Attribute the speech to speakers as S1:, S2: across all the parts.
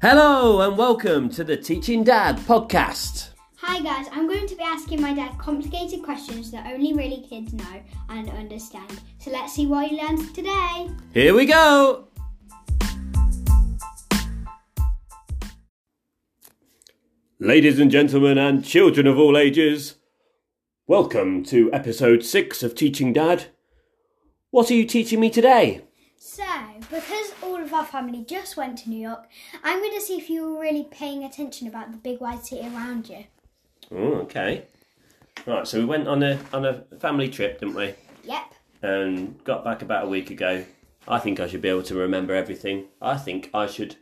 S1: Hello and welcome to the Teaching Dad podcast.
S2: Hi guys, I'm going to be asking my dad complicated questions that only really kids know and understand. So let's see what he learns today.
S1: Here we go. Ladies and gentlemen, and children of all ages, welcome to episode 6 of Teaching Dad. What are you teaching me today?
S2: So, because all of our family just went to New York, I'm going to see if you were really paying attention about the big wide city around you.
S1: Oh, okay. Right, so we went on a on a family trip, didn't we?
S2: Yep.
S1: and got back about a week ago. I think I should be able to remember everything. I think I should,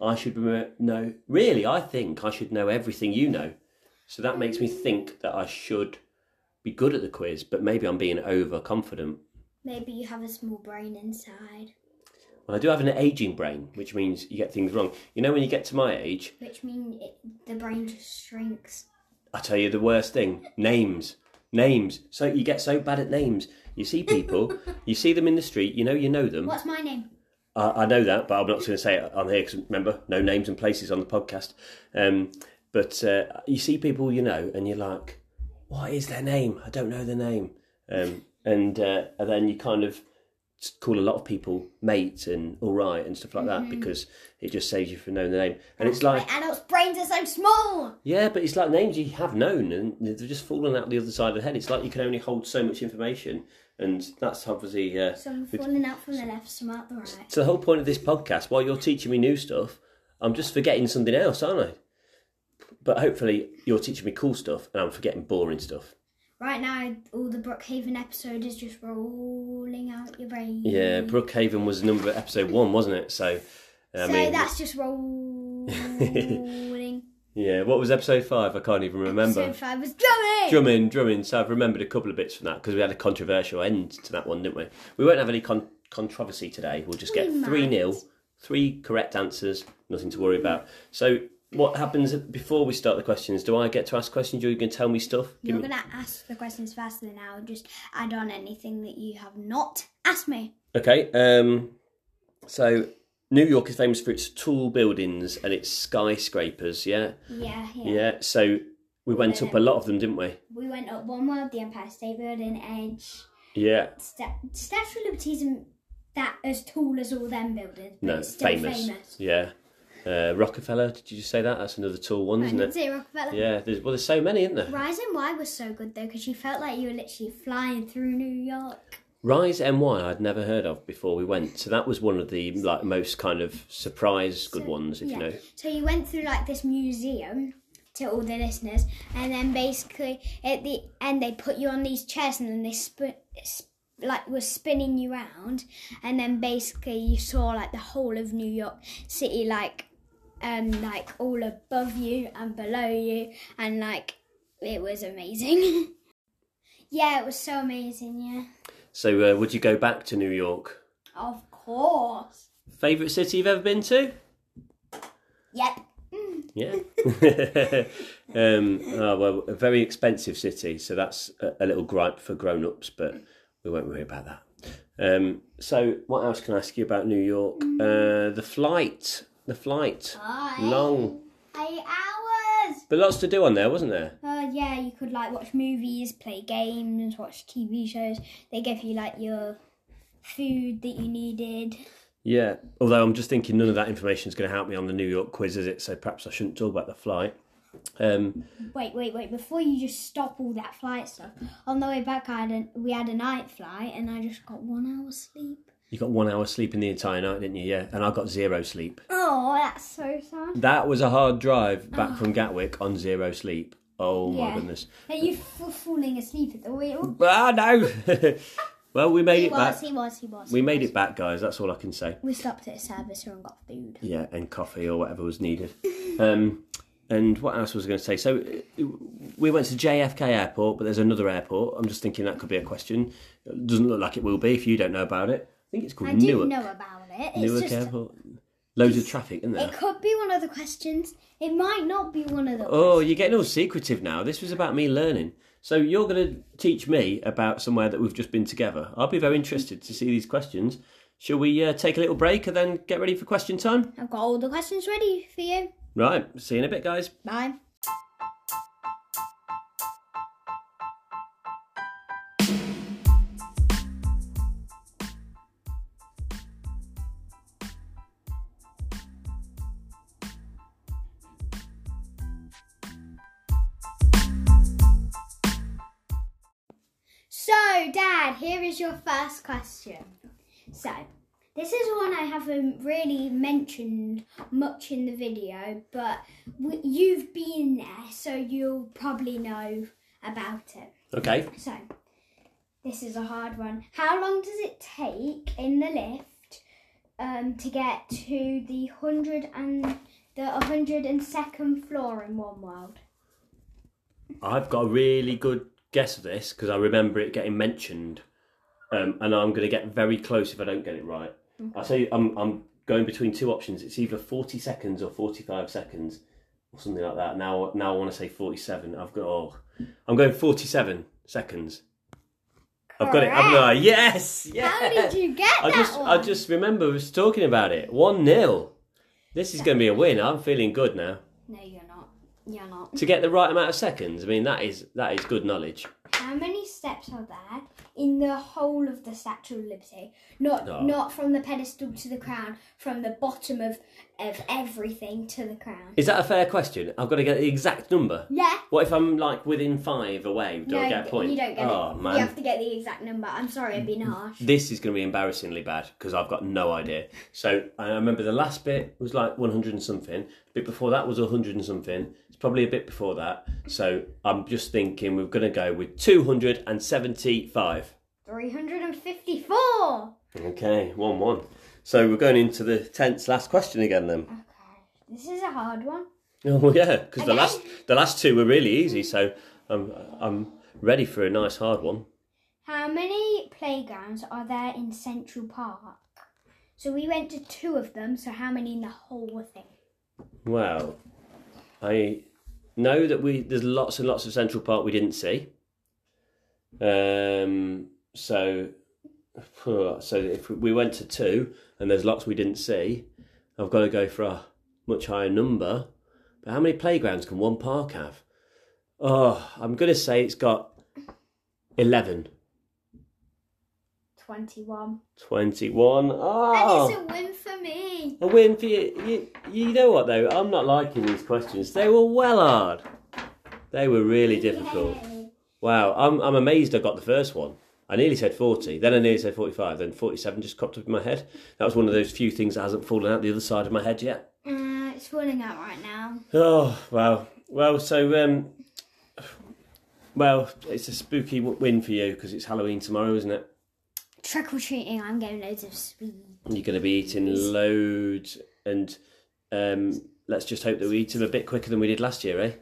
S1: I should rem- know. Really, I think I should know everything you know. So that makes me think that I should be good at the quiz, but maybe I'm being overconfident.
S2: Maybe you have a small brain inside,
S1: Well, I do have an aging brain, which means you get things wrong. You know, when you get to my age,
S2: which means it, the brain just shrinks.
S1: I tell you the worst thing: names, names. So you get so bad at names. You see people, you see them in the street. You know, you know them.
S2: What's my name?
S1: I, I know that, but I'm not going to say it on here because remember, no names and places on the podcast. Um, but uh, you see people you know, and you're like, "What is their name? I don't know their name." Um, and, uh, and then you kind of call a lot of people mate and all right and stuff like that because it just saves you from knowing the name. And it's like,
S2: My adults' brains are so small!
S1: yeah, but it's like names you have known and they've just fallen out the other side of the head. It's like you can only hold so much information, and that's obviously uh,
S2: Some falling out from the left, some out the right.
S1: so the whole point of this podcast, while you're teaching me new stuff, I'm just forgetting something else, aren't I? But hopefully, you're teaching me cool stuff, and I'm forgetting boring stuff.
S2: Right now, all the Brookhaven episode is just rolling out your brain.
S1: Yeah, Brookhaven was number episode one, wasn't it? So, I
S2: so
S1: mean,
S2: that's just rolling.
S1: yeah. What was episode five? I can't even remember.
S2: so five was drumming.
S1: drumming, drumming. So I've remembered a couple of bits from that because we had a controversial end to that one, didn't we? We won't have any con- controversy today. We'll just get
S2: We might.
S1: three nil, three correct answers, nothing to worry about. So what happens before we start the questions? Do I get to ask questions? You're going to tell me stuff? Give
S2: You're
S1: me-
S2: gonna ask the questions faster than I'll just add on anything that you have not asked me.
S1: Okay. Um, so New York is famous for its tall buildings and its skyscrapers. Yeah,
S2: Yeah, yeah.
S1: yeah. So we went up a lot of them, didn't we?
S2: We went up one world, the Empire State Building, Edge,
S1: Yeah.
S2: Sta- Statue of Liberty isn't that as tall as all them buildings, but
S1: No,
S2: it's still
S1: famous.
S2: famous.
S1: Yeah. Uh, Rockefeller. Did you say that? That's another tall one,
S2: I
S1: isn't
S2: didn't
S1: it?
S2: say Rockefeller.
S1: Yeah. There's well, there's so many, isn't there?
S2: Rise and Y was so good though, because you felt like you were literally flying through New York.
S1: Rise NY I'd never heard of before we went, so that was one of the like most kind of surprise good ones, if
S2: yeah.
S1: you know.
S2: So you went through like this museum to all the listeners, and then basically at the end they put you on these chairs, and then they spin, sp- like was spinning you round, and then basically you saw like the whole of New York City, like um like all above you and below you, and like it was amazing. yeah, it was so amazing. Yeah,
S1: So uh, would you go back to New York?
S2: of course.
S1: Favorite city you've ever been to?
S2: Yep.
S1: Yeah. um, oh, well, a very expensive city, so that's a, a little gripe for grown-ups, but we won't worry about that. Um, so, what else can I ask you about New York? Uh, the flight, the flight, long,
S2: Eight hours.
S1: but lots to do on there, wasn't there?
S2: Uh, yeah, you could like watch movies, play games, watch TV shows. They give you like your food that you needed.
S1: Yeah. Although I'm just thinking none of that information is going to help me on the New York quiz, is it? So perhaps I shouldn't talk about the flight. Um,
S2: Wait, wait, wait! Before you just stop all that flight stuff. On the way back, I had a, we had a night flight, and I just got one hour sleep.
S1: you got one hour sleep in the entire night, didn't you? Yeah. And I got zero sleep.
S2: Oh, that's so sad.
S1: That was a hard drive back from Gatwick on zero sleep. Oh my
S2: Oh. Yeah.
S1: goodness.
S2: Are you f- falling asleep at the wheel?
S1: Ah, no. well, we made
S2: He
S1: it back.
S2: was, he was, he was.
S1: We made it back, guys. That's all I can say.
S2: We stopped at a service and got food.
S1: Yeah, and coffee or whatever was needed. Um, and what else was I going to say? So uh, we went to JFK Airport, but there's another airport. I'm just thinking that could be a question. It doesn't look like it will be if you don't know about it. I think it's called
S2: I do
S1: Newark.
S2: know about it. It's
S1: Newark
S2: just
S1: Airport. Loads of traffic, isn't there?
S2: it could be one of the questions. It might not be one of the.
S1: Oh, you're getting all secretive now. This was about me learning. So you're going to teach me about somewhere that we've just been together. I'll be very interested to see these questions. Shall we uh, take a little break and then get ready for question time?
S2: I've got all the questions ready for you.
S1: Right, see you in a bit, guys.
S2: Bye. So, Dad, here is your first question. So, this is one I haven't really mentioned much in the video, but w- you've been there, so you'll probably know about it.
S1: Okay.
S2: So, this is a hard one. How long does it take in the lift um, to get to the hundred and the hundred and second floor in one world?
S1: I've got a really good guess of this because I remember it getting mentioned, um, and I'm going to get very close if I don't get it right.
S2: Mm.
S1: I say I'm I'm going between two options. It's either forty seconds or forty five seconds or something like that. Now now I want to say forty seven. I've got oh, I'm going forty seven seconds. I've got it, haven't I? Yes, yes.
S2: How did you get
S1: I
S2: that
S1: just
S2: one?
S1: I just remember us talking about it. One 0 This is going to be a win. I'm feeling good now.
S2: No, you're not. You're not.
S1: To get the right amount of seconds, I mean that is that is good knowledge.
S2: How many steps are there in the whole of the Statue of Liberty? Not
S1: No.
S2: not from the pedestal to the crown, from the bottom of of everything to the crown.
S1: Is that a fair question? I've got to get the exact number.
S2: Yeah.
S1: What if I'm like within five away? Do I
S2: no,
S1: get a point?
S2: you don't get
S1: oh, man.
S2: it.
S1: Mm-hmm.
S2: You have to get the exact number. I'm sorry, I've been harsh.
S1: This is going to be embarrassingly bad because I've got no idea. So I remember the last bit was like 100 and something. bit before that was 100 and something. It's probably a bit before that. So I'm just thinking we're going to go with 275.
S2: Three hundred and fifty-four.
S1: Okay, 1 1. So we're going into the tense last question again then.
S2: Okay, this is a hard one.
S1: Oh yeah, because the
S2: Okay.
S1: last the last two were really easy, so I'm I'm ready for a nice hard one.
S2: How many playgrounds are there in Central Park? So we went to two of them. So how many in the whole thing?
S1: Well, I know that we there's lots and lots of Central Park we didn't see. Um, so so if we went to two and there's lots we didn't see, I've got to go for a much higher number. But how many playgrounds can one park have? Oh, I'm gonna say it's got eleven.
S2: Twenty-one.
S1: 21. Oh.
S2: And it's a win for me.
S1: A win for you. you. You know what though? I'm not liking these questions. They were well hard. They were really difficult.
S2: Yay.
S1: Wow, I'm I'm amazed I got the first one. I nearly said 40, then I nearly said 45, then 47 just cropped up in my head. That was one of those few things that hasn't fallen out the other side of my head yet.
S2: Uh, it's falling out right now.
S1: Oh wow. Well, so um, well, it's a spooky w- win for you because it's Halloween tomorrow, isn't it?
S2: Trick or treating, I'm getting loads of sweets.
S1: You're going to be eating loads, and um, let's just hope that we eat them a bit quicker than we did last year, eh?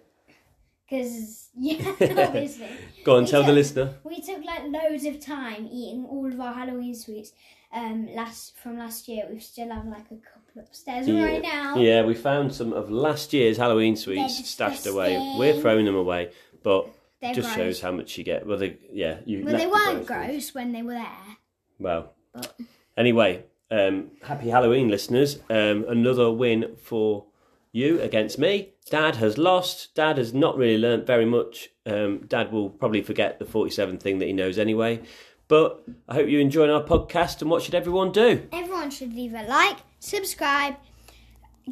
S2: Because, yeah, obviously.
S1: Go on, tell the
S2: Yeah.
S1: listener.
S2: we took like loads of time eating all of our Halloween sweets um, last from last year. We still have like a couple upstairs
S1: Yeah.
S2: right now.
S1: Yeah, we found some of last year's Halloween sweets
S2: They're
S1: stashed away.
S2: disgusting.
S1: We're throwing them away, but
S2: They're
S1: just
S2: gross.
S1: shows how much you get. Well, they, yeah, you.
S2: Well,
S1: left
S2: they
S1: the
S2: weren't
S1: ones.
S2: gross when they were there.
S1: Well,
S2: But-
S1: anyway, um, happy Halloween, listeners. Um, another win for you against me. Dad has lost. Dad has not really learnt very much. Um, Dad will probably forget the 47 thing that he knows anyway. But I hope you're enjoying our podcast and what should everyone do?
S2: Everyone should leave a like, subscribe,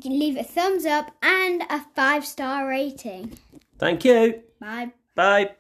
S2: leave a thumbs up, and a five star rating.
S1: Thank you.
S2: Bye.
S1: Bye.